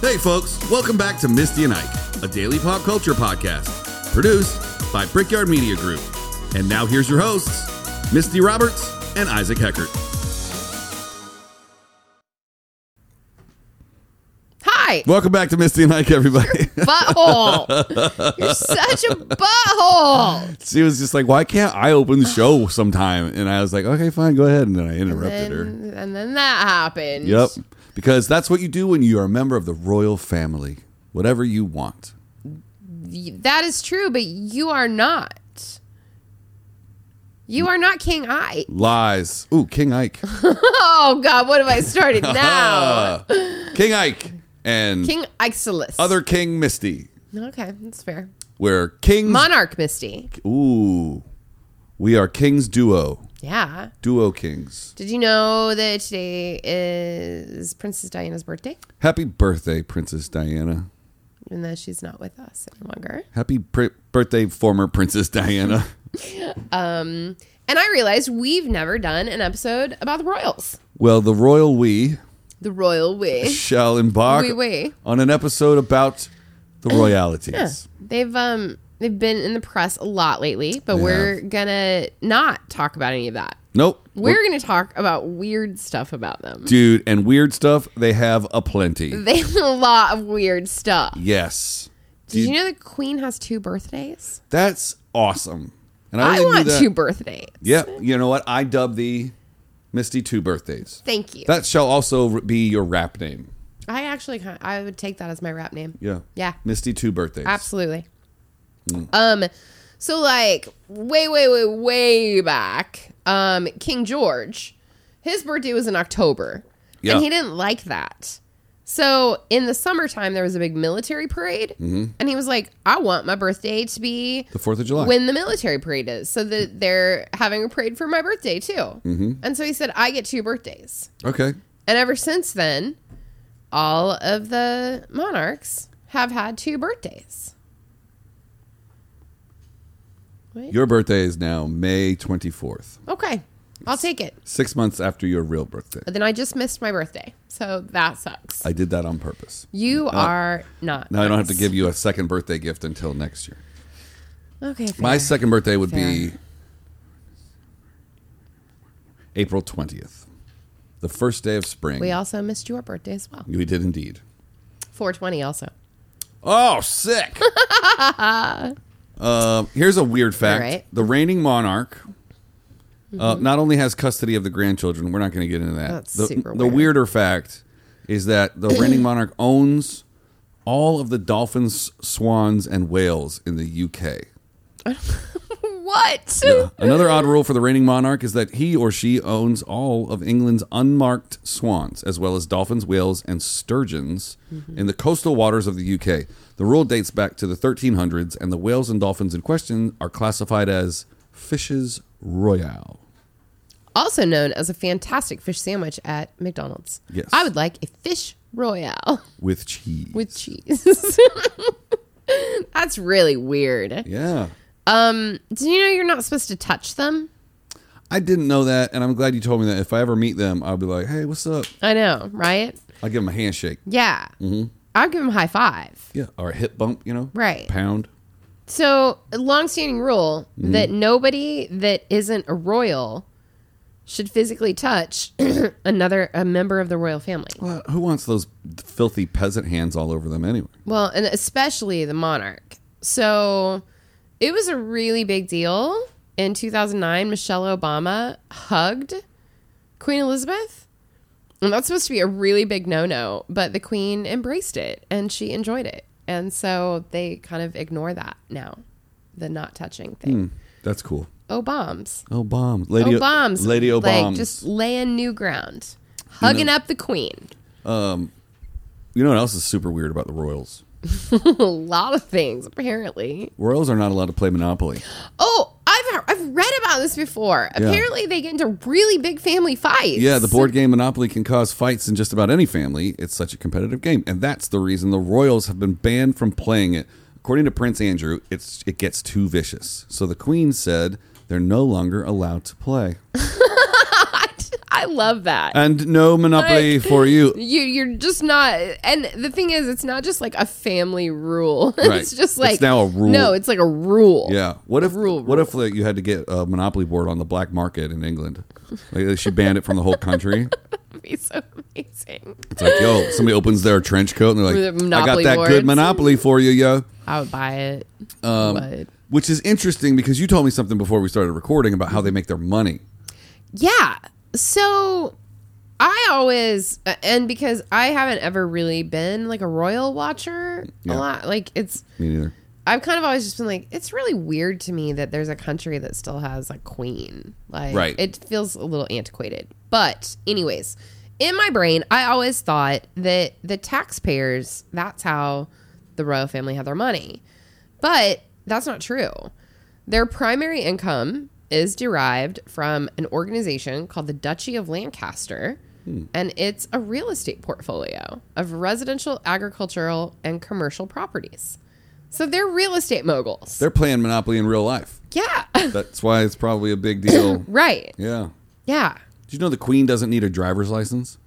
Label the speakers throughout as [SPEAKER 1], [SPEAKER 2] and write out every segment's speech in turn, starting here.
[SPEAKER 1] Hey, folks, welcome back to Misty and Ike, a daily pop culture podcast produced by Brickyard Media Group. And now here's your hosts, Misty Roberts and Isaac Heckert.
[SPEAKER 2] Hi,
[SPEAKER 1] Welcome back to Misty and Ike, everybody.
[SPEAKER 2] butthole. You're such a butthole.
[SPEAKER 1] she was just like, Why can't I open the show sometime? And I was like, Okay, fine, go ahead. And then I interrupted her.
[SPEAKER 2] And, and then that happened.
[SPEAKER 1] Yep. Because that's what you do when you are a member of the royal family, whatever you want.
[SPEAKER 2] Y- That is true, but you are not. You are not King I.
[SPEAKER 1] Lies. Ooh, King Ike.
[SPEAKER 2] Oh God, what have I started now?
[SPEAKER 1] Ah, King Ike and
[SPEAKER 2] King Isolus.
[SPEAKER 1] other King Misty,
[SPEAKER 2] Okay, that's fair.
[SPEAKER 1] where kings.
[SPEAKER 2] Monarch Misty.
[SPEAKER 1] Ooh, we are kings duo,
[SPEAKER 2] Yeah.
[SPEAKER 1] duo kings.
[SPEAKER 2] Did you know that today is Princess Diana's birthday?
[SPEAKER 1] Happy birthday, Princess Diana.
[SPEAKER 2] Even though she's not with us any longer.
[SPEAKER 1] Happy pr- birthday, former Princess Diana.
[SPEAKER 2] And I realized we've never done an episode about the royals.
[SPEAKER 1] well, the royal we
[SPEAKER 2] The royal we.
[SPEAKER 1] shall embark
[SPEAKER 2] We, we.
[SPEAKER 1] on an episode about the royalities.
[SPEAKER 2] They've um they've been in the press a lot lately, but we're gonna not talk about any of that.
[SPEAKER 1] Nope.
[SPEAKER 2] We're gonna talk about weird stuff about them.
[SPEAKER 1] dude and weird stuff they have a plenty
[SPEAKER 2] They have a lot of weird stuff.
[SPEAKER 1] yes
[SPEAKER 2] Did you know the Queen has two birthdays?
[SPEAKER 1] that's awesome and
[SPEAKER 2] I
[SPEAKER 1] only knew
[SPEAKER 2] want
[SPEAKER 1] that-
[SPEAKER 2] two birthdays.
[SPEAKER 1] yeah you know what i dub thee misty two birthdays
[SPEAKER 2] Thank you.
[SPEAKER 1] that shall also be your rap name
[SPEAKER 2] I actually kind I would take that as my rap name.
[SPEAKER 1] yeah
[SPEAKER 2] Yeah.
[SPEAKER 1] misty two birthdays
[SPEAKER 2] Absolutely.
[SPEAKER 1] Mm.
[SPEAKER 2] Um so like way way way way back, um King George, his birthday was in October.
[SPEAKER 1] Yeah.
[SPEAKER 2] And he didn't like that. So in the summertime there was a big military parade and he was like, "I want my birthday to be
[SPEAKER 1] Mm-hmm. the fourth of july
[SPEAKER 2] when the military parade is, so that they're having a parade for my birthday too."
[SPEAKER 1] Mm-hmm.
[SPEAKER 2] And so he said, "I get two birthdays."
[SPEAKER 1] okay
[SPEAKER 2] And ever since then, all of the monarchs have had two birthdays. Wait.
[SPEAKER 1] your birthday is now may 24th
[SPEAKER 2] Okay, I'll take it.
[SPEAKER 1] six months after your real birthday
[SPEAKER 2] But then I just missed my birthday, so that sucks.
[SPEAKER 1] i did that on purpose
[SPEAKER 2] you are not.
[SPEAKER 1] now i don't have to
[SPEAKER 2] nice.
[SPEAKER 1] give you a second birthday gift until next year
[SPEAKER 2] Okay, fair.
[SPEAKER 1] my second birthday would be
[SPEAKER 2] Fair.
[SPEAKER 1] april 20th the first day of spring
[SPEAKER 2] we also missed your birthday as well.
[SPEAKER 1] We did indeed.
[SPEAKER 2] 420 also.
[SPEAKER 1] Oh, sick. uh, here's a weird fact.
[SPEAKER 2] All right. Mm-hmm.
[SPEAKER 1] The reigning monarch uh, not only has custody of the grandchildren, we're not going to get into that.
[SPEAKER 2] That's
[SPEAKER 1] the,
[SPEAKER 2] super
[SPEAKER 1] the
[SPEAKER 2] weird.
[SPEAKER 1] weirder fact is that the reigning monarch owns all of the dolphins, swans, and whales in the UK.
[SPEAKER 2] What?
[SPEAKER 1] Another odd rule for the reigning monarch is that he or she owns all of England's unmarked swans, as well as dolphins, whales, and sturgeons in the coastal waters of the UK. The rule dates back to the 1300s, and the whales and dolphins in question are classified as fishes royale.
[SPEAKER 2] Also known as a fantastic fish sandwich at McDonald's.
[SPEAKER 1] Yes.
[SPEAKER 2] I would like a fish royale
[SPEAKER 1] With cheese.
[SPEAKER 2] with cheese. That's really weird.
[SPEAKER 1] yeah.
[SPEAKER 2] Did you know you're not supposed to touch them?
[SPEAKER 1] I didn't know that, and I'm glad you told me that. If I ever meet them, I'll be like, hey, what's up?
[SPEAKER 2] I know, right?
[SPEAKER 1] I'll give them a handshake.
[SPEAKER 2] Yeah.
[SPEAKER 1] Mm-hmm.
[SPEAKER 2] I'll give them a high five.
[SPEAKER 1] Yeah. Or a hip bump, you know?
[SPEAKER 2] Right.
[SPEAKER 1] Pound.
[SPEAKER 2] So, a longstanding rule that nobody that isn't a royal should physically touch another a member of the royal family.
[SPEAKER 1] Well, who wants those filthy peasant hands all over them anyway?
[SPEAKER 2] Well, and especially the monarch. So, it was a really big deal in 2009 Michelle Obama hugged Queen Elizabeth. And that's supposed to be a really big no no, but the Queen embraced it and she enjoyed it. And so they kind of ignore that now, the not touching thing.
[SPEAKER 1] That's cool.
[SPEAKER 2] Oh, bombs.
[SPEAKER 1] Oh, bombs. Lady
[SPEAKER 2] oh, bombs.
[SPEAKER 1] Lady Obams.
[SPEAKER 2] Like just laying new ground, hugging up the Queen.
[SPEAKER 1] you know what else is super weird about the Royals?
[SPEAKER 2] a lot of things, apparently.
[SPEAKER 1] Royals are not allowed to play Monopoly.
[SPEAKER 2] Oh, I've, I've read about this before. Apparently, they get into really big family fights.
[SPEAKER 1] Yeah, the board game Monopoly can cause fights in just about any family. It's such a competitive game, and that's the reason the Royals have been banned from playing it. According to Prince Andrew, it's it gets too vicious. So the Queen said they're no longer allowed to play.
[SPEAKER 2] I love that.
[SPEAKER 1] and no monopoly
[SPEAKER 2] Like-
[SPEAKER 1] for you.
[SPEAKER 2] you you're just not and the thing is it's not just like a family rule.
[SPEAKER 1] Right.
[SPEAKER 2] it's
[SPEAKER 1] It's
[SPEAKER 2] just like
[SPEAKER 1] now a rule.
[SPEAKER 2] No, it's like a rule.
[SPEAKER 1] Yeah. What if
[SPEAKER 2] Rule,
[SPEAKER 1] what if like, you had to get a monopoly board on the black market in England? Like she banned it from the whole country.
[SPEAKER 2] It'd be so amazing.
[SPEAKER 1] It's like, yo, somebody opens their trench coat and they're
[SPEAKER 2] With the
[SPEAKER 1] like, I got
[SPEAKER 2] Monopoly
[SPEAKER 1] that good
[SPEAKER 2] boards.
[SPEAKER 1] monopoly for you, yo.
[SPEAKER 2] I would buy it.
[SPEAKER 1] Um,
[SPEAKER 2] but
[SPEAKER 1] Which is interesting because you told me something before we started recording about how they make their money.
[SPEAKER 2] Yeah. So I always and because I haven't ever really been like a royal watcher
[SPEAKER 1] Yeah.
[SPEAKER 2] a lot. Like it's
[SPEAKER 1] Me neither.
[SPEAKER 2] I've kind of always just been like, it's really weird to me that there's a country that still has a queen. Like,
[SPEAKER 1] Right.
[SPEAKER 2] it feels a little antiquated. But, anyways, in my brain, I always thought that the taxpayers, that's how the royal family had their money. But that's not true. Their primary income is derived from an organization called the Duchy of Lancaster,
[SPEAKER 1] Hmm.
[SPEAKER 2] and it's a real estate portfolio of residential, agricultural, and commercial properties. So they're real estate moguls.
[SPEAKER 1] They're playing Monopoly in real life.
[SPEAKER 2] yeah.
[SPEAKER 1] That's why it's probably a big deal.
[SPEAKER 2] right.
[SPEAKER 1] yeah.
[SPEAKER 2] Yeah.
[SPEAKER 1] Did you know the Queen doesn't need a driver's license?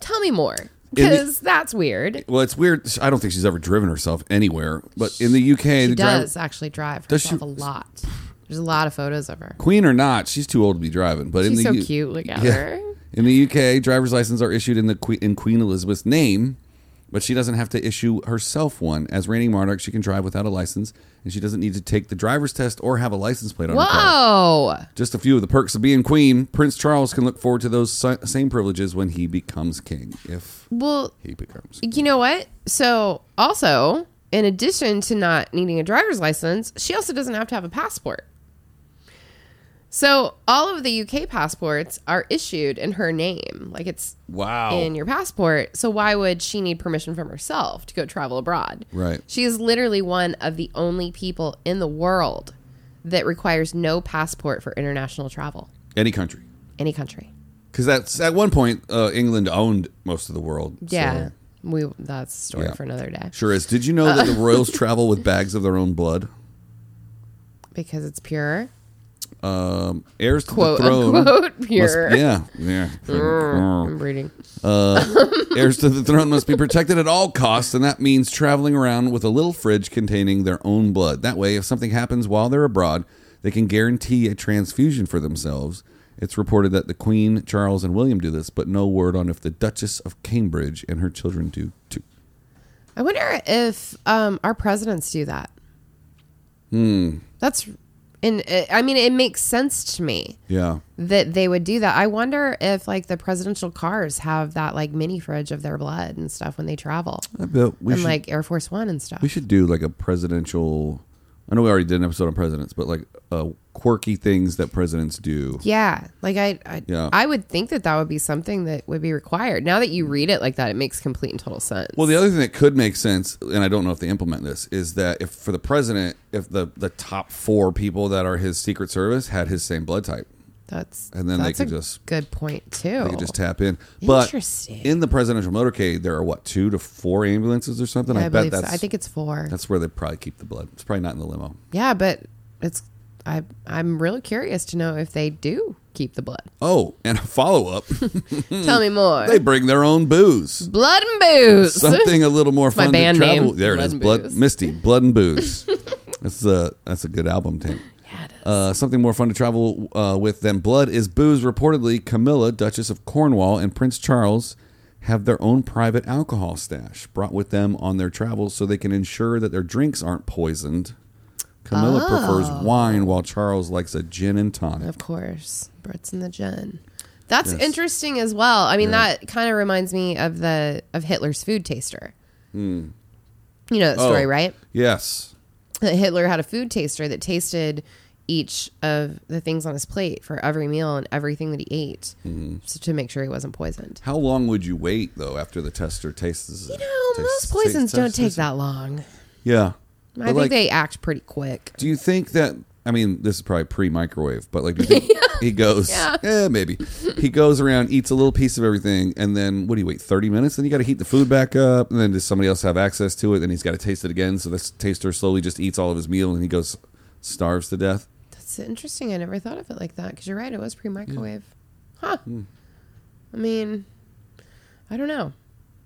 [SPEAKER 2] Tell me more.
[SPEAKER 1] In the-
[SPEAKER 2] Because that's weird.
[SPEAKER 1] Well, it's weird. I don't think she's ever driven herself anywhere, but in the UK, the
[SPEAKER 2] She
[SPEAKER 1] driver-
[SPEAKER 2] does actually drive
[SPEAKER 1] Does
[SPEAKER 2] herself
[SPEAKER 1] she-
[SPEAKER 2] a lot. There's a lot of photos of her.
[SPEAKER 1] Queen or not, she's too old to be driving. But in
[SPEAKER 2] She's
[SPEAKER 1] the
[SPEAKER 2] so
[SPEAKER 1] U-
[SPEAKER 2] cute. Look at
[SPEAKER 1] Yeah.
[SPEAKER 2] her.
[SPEAKER 1] In the UK, driver's licenses are issued in the que- in Queen Elizabeth's name, but she doesn't have to issue herself one. As reigning monarch, she can drive without a license, and she doesn't need to take the driver's test or have a license plate on her car.
[SPEAKER 2] Whoa.
[SPEAKER 1] Just a few of the perks of being queen. Prince Charles can look forward to those si- same privileges when he becomes king, if
[SPEAKER 2] Well,
[SPEAKER 1] he becomes.
[SPEAKER 2] you know what? So, also, in addition to not needing a driver's license, she also doesn't have to have a passport. So, all of the UK passports are issued in her name. Like it's
[SPEAKER 1] Wow.
[SPEAKER 2] in your passport. So why would she need permission from herself to go travel abroad?
[SPEAKER 1] Right.
[SPEAKER 2] She is literally one of the only people in the world that requires no passport for international travel,
[SPEAKER 1] Any country.
[SPEAKER 2] any country.
[SPEAKER 1] Because that's at one point uh, England owned most of the world.
[SPEAKER 2] Yeah.
[SPEAKER 1] so-
[SPEAKER 2] We that's a story
[SPEAKER 1] Yeah.
[SPEAKER 2] for another day
[SPEAKER 1] Sure is. Did you know that the
[SPEAKER 2] Uh.
[SPEAKER 1] royals travel with bags of their own blood?
[SPEAKER 2] because it's pure.
[SPEAKER 1] Um, heirs to
[SPEAKER 2] Quote
[SPEAKER 1] the throne.
[SPEAKER 2] unquote
[SPEAKER 1] must-
[SPEAKER 2] pure.
[SPEAKER 1] yeah, yeah.
[SPEAKER 2] I'm reading.
[SPEAKER 1] heirs to the throne must be protected at all costs, and that means traveling around with a little fridge containing their own blood. That way, if something happens while they're abroad, they can guarantee a transfusion for themselves. It's reported that the Queen, Charles, and William do this, but no word on if the Duchess of Cambridge and her children do too.
[SPEAKER 2] I wonder if um, our presidents do that. Hmm. That's and uh, I mean it makes sense to me.
[SPEAKER 1] Yeah.
[SPEAKER 2] that they would do that. I wonder if like the presidential cars have that like mini fridge of their blood and stuff when they travel,
[SPEAKER 1] I bet we
[SPEAKER 2] and
[SPEAKER 1] should
[SPEAKER 2] like Air Force One and stuff.
[SPEAKER 1] We should do like a presidential. I know we already did an episode on presidents, but like uh, quirky things that presidents do.
[SPEAKER 2] yeah, like I, I,
[SPEAKER 1] Yeah.
[SPEAKER 2] I would think that that would be something that would be required. Now that you read it like that, it makes complete and total sense.
[SPEAKER 1] Well, the other thing that could make sense, and I don't know if they implement this, is that if for the president, if the the top four people that are his Secret Service had his same blood type,
[SPEAKER 2] that's
[SPEAKER 1] and then they
[SPEAKER 2] that's
[SPEAKER 1] could
[SPEAKER 2] a
[SPEAKER 1] just-
[SPEAKER 2] good point too.
[SPEAKER 1] they could just tap in. But
[SPEAKER 2] Oh, Interesting.
[SPEAKER 1] in the presidential motorcade, there are what two to four ambulances or something.
[SPEAKER 2] Yeah, I,
[SPEAKER 1] I, bet
[SPEAKER 2] believe
[SPEAKER 1] that's
[SPEAKER 2] so. I think it's four.
[SPEAKER 1] that's where they probably keep the blood. It's probably not in the limo.
[SPEAKER 2] Yeah, but it's I I'm really curious to know if they do keep the blood.
[SPEAKER 1] Oh, and a follow up,
[SPEAKER 2] Tell me more.
[SPEAKER 1] Hmm. they bring their own booze.
[SPEAKER 2] blood and booze.
[SPEAKER 1] something a little more fun
[SPEAKER 2] band
[SPEAKER 1] to travel.
[SPEAKER 2] name.
[SPEAKER 1] There it
[SPEAKER 2] Blood
[SPEAKER 1] is,
[SPEAKER 2] and
[SPEAKER 1] Blood
[SPEAKER 2] Booze.
[SPEAKER 1] Misty, Blood and Booze. that's a that's a good album name.
[SPEAKER 2] Yeah, it is.
[SPEAKER 1] Uh, something more fun to travel uh, with than blood is booze. Reportedly, Camilla, Duchess of Cornwall, and Prince Charles have their own private alcohol stash brought with them on their travels, so they can ensure that their drinks aren't poisoned. Camilla
[SPEAKER 2] Oh.
[SPEAKER 1] prefers wine, while Charles likes a gin and tonic.
[SPEAKER 2] Of course, Brits and the gin. That's
[SPEAKER 1] Yes.
[SPEAKER 2] interesting as well. I mean,
[SPEAKER 1] Yeah.
[SPEAKER 2] that kind of reminds me of the of Hitler's food taster. You know that
[SPEAKER 1] Hmm. Oh.
[SPEAKER 2] story, right?
[SPEAKER 1] Yes.
[SPEAKER 2] That Hitler had a food taster that tasted each of the things on his plate for every meal and everything that he ate
[SPEAKER 1] Mm-hmm.
[SPEAKER 2] so to make sure he wasn't poisoned.
[SPEAKER 1] How long would you wait though after the tester tastes? You
[SPEAKER 2] No, most poisons don't take that long.
[SPEAKER 1] Yeah.
[SPEAKER 2] I
[SPEAKER 1] But,
[SPEAKER 2] think
[SPEAKER 1] like,
[SPEAKER 2] they act pretty quick.
[SPEAKER 1] Do you think that? I mean, this is probably pre-microwave, but like, do you think he goes, yeah, maybe he goes around, eats a little piece of everything, and then what do you wait thirty minutes? Then you got to heat the food back up, and then does somebody else have access to it? Then he's got to taste it again. So this taster slowly just eats all of his meal, and he goes starves to death.
[SPEAKER 2] That's interesting. I never thought of it like that because you're right. It was pre microwave. huh.
[SPEAKER 1] Hmm.
[SPEAKER 2] I mean, I don't know.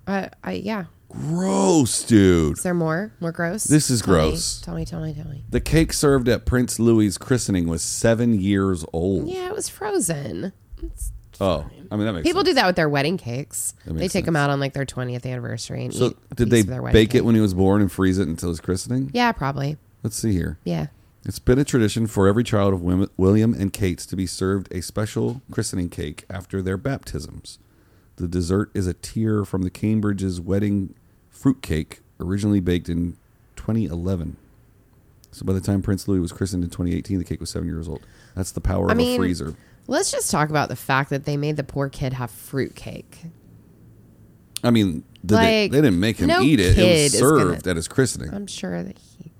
[SPEAKER 2] I, I, yeah.
[SPEAKER 1] Gross, dude.
[SPEAKER 2] Is there more? More gross?
[SPEAKER 1] This is
[SPEAKER 2] Tell me.
[SPEAKER 1] gross.
[SPEAKER 2] Tell me, tell me, tell me.
[SPEAKER 1] The cake served at Prince Louis' christening was seven years old.
[SPEAKER 2] Yeah, it was frozen. It's-
[SPEAKER 1] Oh, I mean that makes
[SPEAKER 2] people do that with their wedding cakes.
[SPEAKER 1] That
[SPEAKER 2] They
[SPEAKER 1] makes
[SPEAKER 2] take them out on like their 20th anniversary and
[SPEAKER 1] sense.
[SPEAKER 2] eat
[SPEAKER 1] So
[SPEAKER 2] a
[SPEAKER 1] did
[SPEAKER 2] piece
[SPEAKER 1] they
[SPEAKER 2] of their wedding
[SPEAKER 1] bake
[SPEAKER 2] cake.
[SPEAKER 1] it when he was born and freeze it until his christening?
[SPEAKER 2] Yeah, probably.
[SPEAKER 1] Let's see here.
[SPEAKER 2] Yeah.
[SPEAKER 1] It's been a tradition for every child of Wim- William and Kate to be served a special christening cake after their baptisms. The dessert is a tear from the Cambridge's wedding fruit cake, originally baked in 2011. So by the time Prince Louis was christened in 2018, the cake was seven years old. That's the power
[SPEAKER 2] I
[SPEAKER 1] of a
[SPEAKER 2] mean,
[SPEAKER 1] freezer.
[SPEAKER 2] Let's just talk about the fact that they made the poor kid have fruitcake.
[SPEAKER 1] I mean, did
[SPEAKER 2] like,
[SPEAKER 1] they, they didn't make him
[SPEAKER 2] no
[SPEAKER 1] eat it. It
[SPEAKER 2] kid
[SPEAKER 1] was
[SPEAKER 2] is gonna-
[SPEAKER 1] served at his christening.
[SPEAKER 2] I'm sure that he.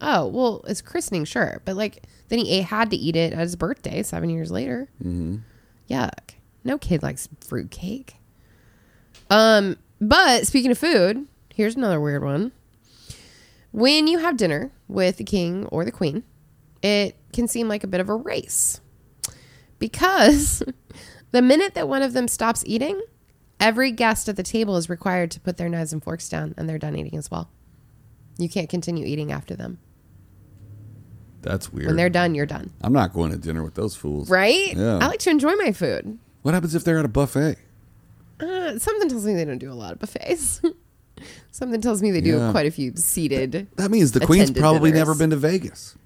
[SPEAKER 2] Oh well, it's christening, sure, but like then he ate- had to eat it at his birthday seven years later. Mm-hmm. Yuck! No kid likes fruitcake. Um, but speaking of food, here's another weird one. When you have dinner with the king or the queen, it can seem like a bit of a race because the minute that one of them stops eating, every guest at the table is required to put their knives and forks down, and they're done eating as well. You can't continue eating after them.
[SPEAKER 1] That's weird.
[SPEAKER 2] When they're done, you're done.
[SPEAKER 1] I'm not going to dinner with those fools.
[SPEAKER 2] Right?
[SPEAKER 1] Yeah.
[SPEAKER 2] I like to enjoy my food.
[SPEAKER 1] What happens if they're at a buffet?
[SPEAKER 2] Uh, something tells me they don't do a lot of buffets. something tells me they do
[SPEAKER 1] Yeah.
[SPEAKER 2] quite a few seated.
[SPEAKER 1] That means the queen's
[SPEAKER 2] Attended
[SPEAKER 1] probably
[SPEAKER 2] dinners.
[SPEAKER 1] never been to Vegas.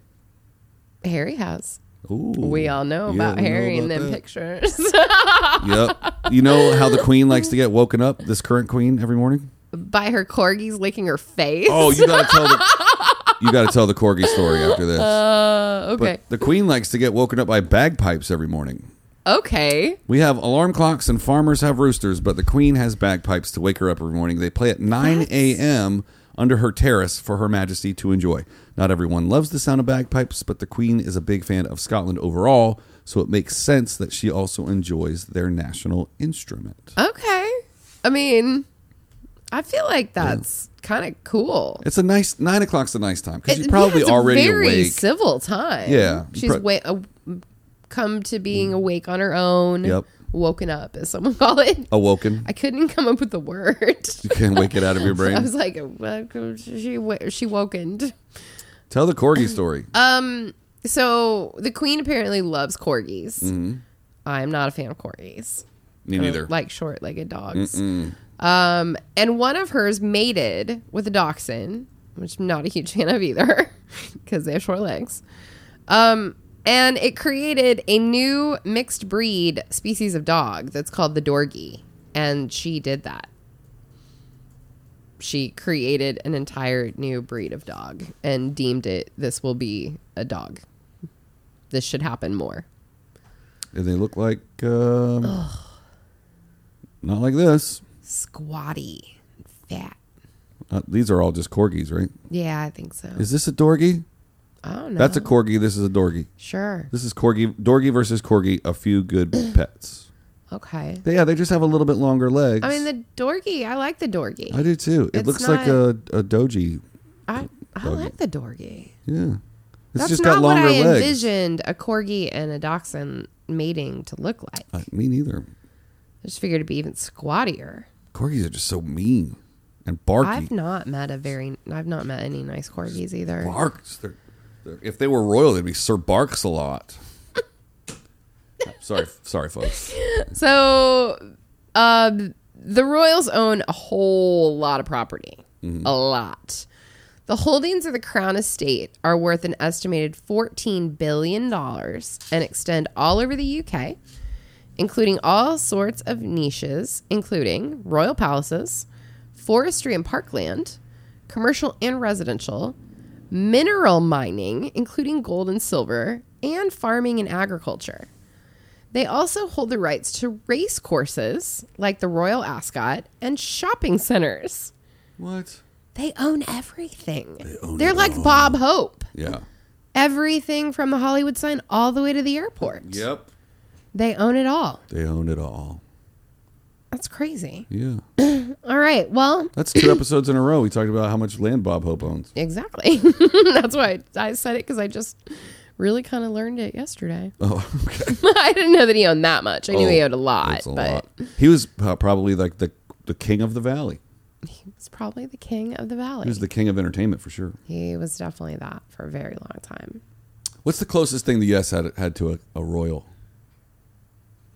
[SPEAKER 2] Harry has.
[SPEAKER 1] Ooh.
[SPEAKER 2] We all know
[SPEAKER 1] Yeah,
[SPEAKER 2] about
[SPEAKER 1] we know
[SPEAKER 2] Harry and
[SPEAKER 1] about
[SPEAKER 2] them
[SPEAKER 1] that.
[SPEAKER 2] pictures.
[SPEAKER 1] yep. You know how the queen likes to get woken up, this current queen, every morning?
[SPEAKER 2] By her corgis licking her face.
[SPEAKER 1] Oh, you gotta tell the You gotta tell the corgi story after this.
[SPEAKER 2] Uh,
[SPEAKER 1] but
[SPEAKER 2] okay.
[SPEAKER 1] the queen likes to get woken up by bagpipes every morning.
[SPEAKER 2] okay.
[SPEAKER 1] We have alarm clocks and farmers have roosters, but the queen has bagpipes to wake her up every morning. They play at 9 a.m. under her terrace for her majesty to enjoy. Not everyone loves the sound of bagpipes, but the queen is a big fan of Scotland overall, so it makes sense that she also enjoys their national instrument.
[SPEAKER 2] Okay. I mean, I feel like that's kind of cool.
[SPEAKER 1] It's a nice nine o'clock's a nice time because
[SPEAKER 2] It-
[SPEAKER 1] you're probably
[SPEAKER 2] yeah, it's a
[SPEAKER 1] already
[SPEAKER 2] very
[SPEAKER 1] awake.
[SPEAKER 2] civil time.
[SPEAKER 1] Yeah.
[SPEAKER 2] she's
[SPEAKER 1] Pro- Mm.
[SPEAKER 2] wa- a- come to being awake on her own.
[SPEAKER 1] Yep.
[SPEAKER 2] woken up as someone call it.
[SPEAKER 1] awoken.
[SPEAKER 2] I couldn't come up with the word.
[SPEAKER 1] You can't wake it out of your
[SPEAKER 2] I
[SPEAKER 1] brain.
[SPEAKER 2] was like, "Welcome," she wa- she wokened.
[SPEAKER 1] Tell the corgi story.
[SPEAKER 2] Um, so the queen apparently loves corgis. I'm not a fan of corgis.
[SPEAKER 1] Mm-hmm. Me
[SPEAKER 2] I don't
[SPEAKER 1] neither. Mm.
[SPEAKER 2] Like short-legged dogs. Um, and one of hers mated with a dachshund, which I'm not a huge fan of either, because they have short legs. Um, and it created a new mixed breed species of dog that's called the Dorgie, and she did that. She created an entire new breed of dog and deemed it this will be a dog. This should happen more.
[SPEAKER 1] And they look like um, not like this.
[SPEAKER 2] Squatty, fat.
[SPEAKER 1] Uh, these are all just corgis, right?
[SPEAKER 2] Yeah, I think so.
[SPEAKER 1] Is this a dorgi?
[SPEAKER 2] I don't know.
[SPEAKER 1] That's a corgi. This is a dorgi.
[SPEAKER 2] sure.
[SPEAKER 1] This is corgi. Dorgi versus corgi. A few good pets.
[SPEAKER 2] Okay.
[SPEAKER 1] They- yeah, they just have a little bit longer legs.
[SPEAKER 2] I mean the dorky. I like the dorky.
[SPEAKER 1] I do too. It
[SPEAKER 2] it's
[SPEAKER 1] looks like a,
[SPEAKER 2] not-
[SPEAKER 1] a doji.
[SPEAKER 2] I, I
[SPEAKER 1] Doggy.
[SPEAKER 2] like the dorky.
[SPEAKER 1] Yeah, it's
[SPEAKER 2] That's
[SPEAKER 1] just
[SPEAKER 2] not
[SPEAKER 1] got longer
[SPEAKER 2] what I
[SPEAKER 1] legs.
[SPEAKER 2] envisioned a corgi and a dachshund mating to look like. I
[SPEAKER 1] Uh, me neither.
[SPEAKER 2] just figured it'd be even squattier.
[SPEAKER 1] Corgis are just so mean and barky.
[SPEAKER 2] I've not met a very. I've not met any nice corgis either.
[SPEAKER 1] barks. They're, they're, if they were royal, they'd be Sir Barks a lot. sorry, sorry, folks.
[SPEAKER 2] So, uh, the royals own a whole lot of property. A lot. The holdings of the crown estate are worth an estimated $14 billion and extend all over the UK, including all sorts of niches, including royal palaces, forestry and parkland, commercial and residential, mineral mining, including gold and silver, and farming and agriculture. They also hold the rights to race courses like the Royal Ascot and shopping centers.
[SPEAKER 1] What?
[SPEAKER 2] They own everything. They
[SPEAKER 1] own
[SPEAKER 2] are
[SPEAKER 1] it
[SPEAKER 2] like Bob Hope.
[SPEAKER 1] Yeah.
[SPEAKER 2] Everything from the Hollywood sign all the way to the airport.
[SPEAKER 1] Yep.
[SPEAKER 2] They own it all.
[SPEAKER 1] They own it all.
[SPEAKER 2] That's crazy.
[SPEAKER 1] Yeah.
[SPEAKER 2] All right. Well,
[SPEAKER 1] That's two episodes in a row. We talked about how much land Bob Hope owns.
[SPEAKER 2] exactly. That's why I said it because I just Really kind of learned it yesterday.
[SPEAKER 1] Oh, okay.
[SPEAKER 2] I didn't know that he owned that much. I knew he owned a lot,
[SPEAKER 1] That's Oh, a
[SPEAKER 2] but
[SPEAKER 1] lot. He was uh, probably like the the king of the valley.
[SPEAKER 2] he was probably the king of the valley.
[SPEAKER 1] He was the king of entertainment for sure.
[SPEAKER 2] he was definitely that for a very long time.
[SPEAKER 1] What's the closest thing the U.S. had had to a, a royal?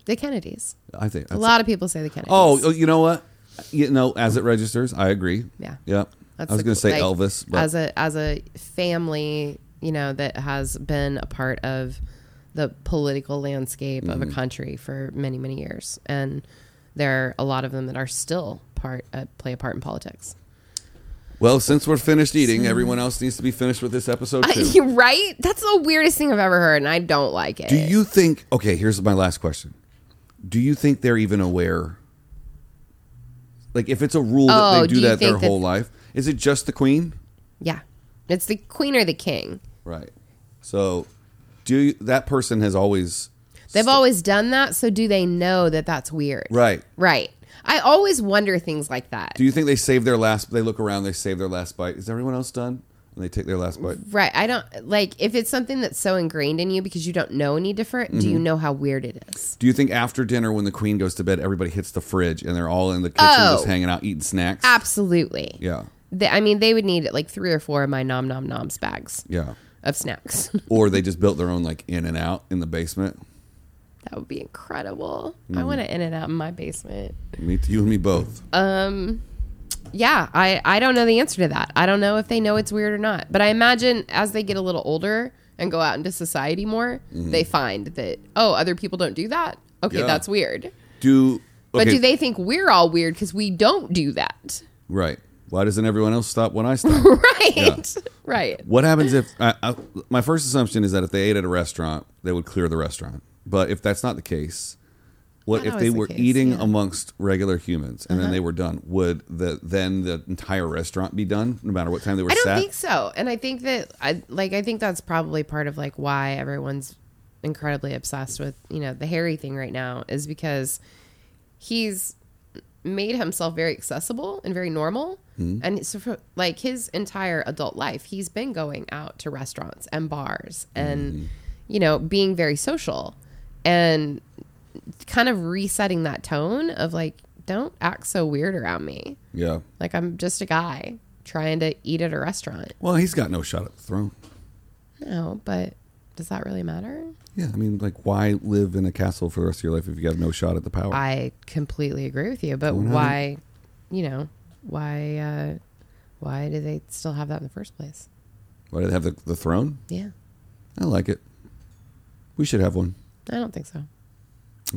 [SPEAKER 2] The Kennedys.
[SPEAKER 1] I think
[SPEAKER 2] A
[SPEAKER 1] that's-
[SPEAKER 2] lot of people say the Kennedys.
[SPEAKER 1] Oh, oh, you know what? You know, as it registers, I agree.
[SPEAKER 2] Yeah.
[SPEAKER 1] Yeah.
[SPEAKER 2] That's
[SPEAKER 1] I was going
[SPEAKER 2] the
[SPEAKER 1] to
[SPEAKER 2] cool-
[SPEAKER 1] say
[SPEAKER 2] like,
[SPEAKER 1] Elvis, but
[SPEAKER 2] as a as a family, you know, that has been a part of the political landscape
[SPEAKER 1] Mm-hmm.
[SPEAKER 2] of a country for many many years, and there are a lot of them that are still part uh, play a part in politics.
[SPEAKER 1] well, since we're finished eating, everyone else needs to be finished with this episode too.
[SPEAKER 2] I, right? That's the weirdest thing I've ever heard, and I don't like it.
[SPEAKER 1] Do you think? Okay, here's my last question. Do you think they're even aware? Like, if it's a rule that
[SPEAKER 2] Oh,
[SPEAKER 1] they do,
[SPEAKER 2] do you
[SPEAKER 1] that their
[SPEAKER 2] think that-
[SPEAKER 1] whole life, is it just the queen?
[SPEAKER 2] Yeah, it's the queen or the king.
[SPEAKER 1] Right. So, do you, that person has always
[SPEAKER 2] They've always done that, so do they know that that's weird?
[SPEAKER 1] right?
[SPEAKER 2] Right. I always wonder things like that.
[SPEAKER 1] Do you think they save their last? They look around, they save their last bite. Is everyone else done? And they take their last bite.
[SPEAKER 2] Right. I don't like if it's something that's so ingrained in you because you don't know any different, do
[SPEAKER 1] Mm-hmm.
[SPEAKER 2] you know how weird it is?
[SPEAKER 1] Do you think after dinner, when the queen goes to bed, everybody hits the fridge and they're all in the kitchen
[SPEAKER 2] Oh.
[SPEAKER 1] just hanging out eating snacks?
[SPEAKER 2] Absolutely.
[SPEAKER 1] yeah,
[SPEAKER 2] They, I mean, they would need like three or four of my nom nom noms bags
[SPEAKER 1] yeah.
[SPEAKER 2] of snacks.
[SPEAKER 1] Or they just built their own like in and out in the basement.
[SPEAKER 2] that would be incredible. I
[SPEAKER 1] Mm.
[SPEAKER 2] want to in and out in my basement.
[SPEAKER 1] Me, you and me both.
[SPEAKER 2] Yeah, I, I don't know the answer to that. I don't know if they know it's weird or not. But I imagine as they get a little older and go out into society more, they find that, oh, other people don't do that. Okay,
[SPEAKER 1] Mm-hmm. Yeah.
[SPEAKER 2] that's weird.
[SPEAKER 1] do
[SPEAKER 2] But
[SPEAKER 1] okay,
[SPEAKER 2] do they think we're all weird because we don't do that?
[SPEAKER 1] right? Why doesn't everyone else stop when I stop?
[SPEAKER 2] right. Right.
[SPEAKER 1] what happens if I, I, my first assumption is that if they ate at a restaurant, they would clear the restaurant. But if that's not the case, what if
[SPEAKER 2] Not
[SPEAKER 1] they
[SPEAKER 2] always the
[SPEAKER 1] were
[SPEAKER 2] case,
[SPEAKER 1] eating
[SPEAKER 2] yeah. Uh-huh.
[SPEAKER 1] amongst regular humans and then they were done? Would the then the entire restaurant be done no matter what time they were
[SPEAKER 2] I don't
[SPEAKER 1] sat?
[SPEAKER 2] think so. And I think that I like I think that's probably part of like why everyone's incredibly obsessed with, you know, the Harry thing right now is because he's made himself very accessible and very normal. And so for, like his entire adult life, he's been going out to restaurants and bars and you know, being very social and kind of resetting that tone of like don't act so weird around me.
[SPEAKER 1] Yeah.
[SPEAKER 2] Like I'm just a guy trying to eat at a restaurant.
[SPEAKER 1] Well, he's got no shot at the throne.
[SPEAKER 2] No, but does that really matter?
[SPEAKER 1] Yeah, I mean, like, why live in a castle for the rest of your life if you have no shot at the power?
[SPEAKER 2] I completely agree with you, but why, you know, why uh why do they still have that in the first place?
[SPEAKER 1] why do they have the, the throne?
[SPEAKER 2] Yeah.
[SPEAKER 1] I like it. We should have one.
[SPEAKER 2] I don't think so.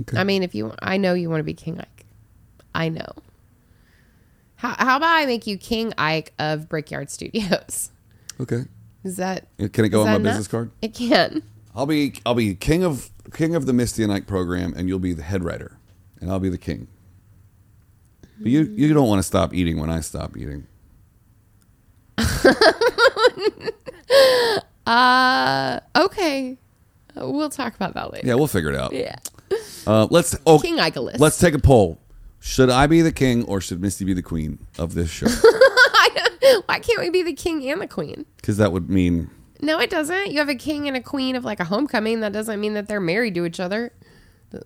[SPEAKER 1] Okay.
[SPEAKER 2] I mean, if you I know you want to be King Ike. I know. How how about I make you King Ike of Brickyard Studios?
[SPEAKER 1] okay.
[SPEAKER 2] Is that
[SPEAKER 1] Can it go on
[SPEAKER 2] is
[SPEAKER 1] my
[SPEAKER 2] that enough?
[SPEAKER 1] business card?
[SPEAKER 2] It can.
[SPEAKER 1] I'll be I'll be king of king of the Misty and Ike program, and you'll be the head writer, and I'll be the king. But you you don't want to stop eating when I stop eating.
[SPEAKER 2] Okay. Uh, We'll talk about that later.
[SPEAKER 1] Yeah, we'll figure it out.
[SPEAKER 2] Yeah.
[SPEAKER 1] Uh, let's oh,
[SPEAKER 2] King Icolas.
[SPEAKER 1] Let's take a poll. Should I be the king or should Misty be the queen of this show?
[SPEAKER 2] Why can't we be the king and the queen?
[SPEAKER 1] Because that would mean
[SPEAKER 2] No, it doesn't. You have a king and a queen of like a homecoming. That doesn't mean that they're married to each other.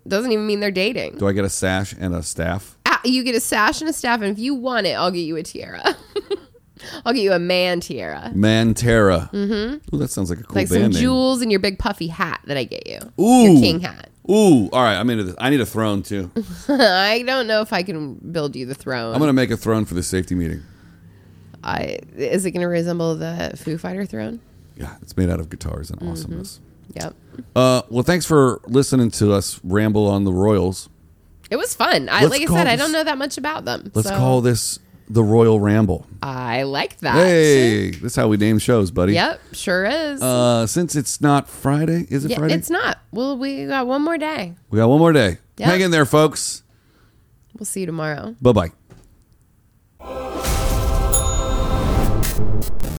[SPEAKER 2] Doesn't even mean they're dating.
[SPEAKER 1] do I get a sash and a staff?
[SPEAKER 2] Ah, You get a sash and a staff, and if you want it, I'll get you a tiara. I'll get you a man tiara,
[SPEAKER 1] Mantera. Mm-hmm. Ooh, that sounds like a cool
[SPEAKER 2] like some
[SPEAKER 1] band name.
[SPEAKER 2] jewels and your big puffy hat that I get you.
[SPEAKER 1] Ooh.
[SPEAKER 2] your king hat.
[SPEAKER 1] Ooh, all right. I'm into this. I need a throne too.
[SPEAKER 2] I don't know if I can build you the throne.
[SPEAKER 1] I'm gonna make a throne for the safety meeting.
[SPEAKER 2] I is it going to resemble the Foo Fighter throne?
[SPEAKER 1] Yeah, it's made out of guitars
[SPEAKER 2] Mm-hmm.
[SPEAKER 1] and awesomeness.
[SPEAKER 2] Yep.
[SPEAKER 1] Uh, well, thanks for listening to us ramble on the Royals.
[SPEAKER 2] It was fun. I,
[SPEAKER 1] Let's
[SPEAKER 2] like I
[SPEAKER 1] call
[SPEAKER 2] said, I
[SPEAKER 1] this-
[SPEAKER 2] don't know that much about them.
[SPEAKER 1] Let's
[SPEAKER 2] so
[SPEAKER 1] call this the Royal Ramble.
[SPEAKER 2] I like that.
[SPEAKER 1] Hey, that's how we name shows, buddy.
[SPEAKER 2] Ah, Yep, sure is.
[SPEAKER 1] Uh, since it's not Friday, is it
[SPEAKER 2] yeah,
[SPEAKER 1] Friday?
[SPEAKER 2] it's not. Well, we got one more day.
[SPEAKER 1] we got one more day.
[SPEAKER 2] Yeah.
[SPEAKER 1] Hang in there, folks.
[SPEAKER 2] We'll see you tomorrow.
[SPEAKER 1] Bye bye.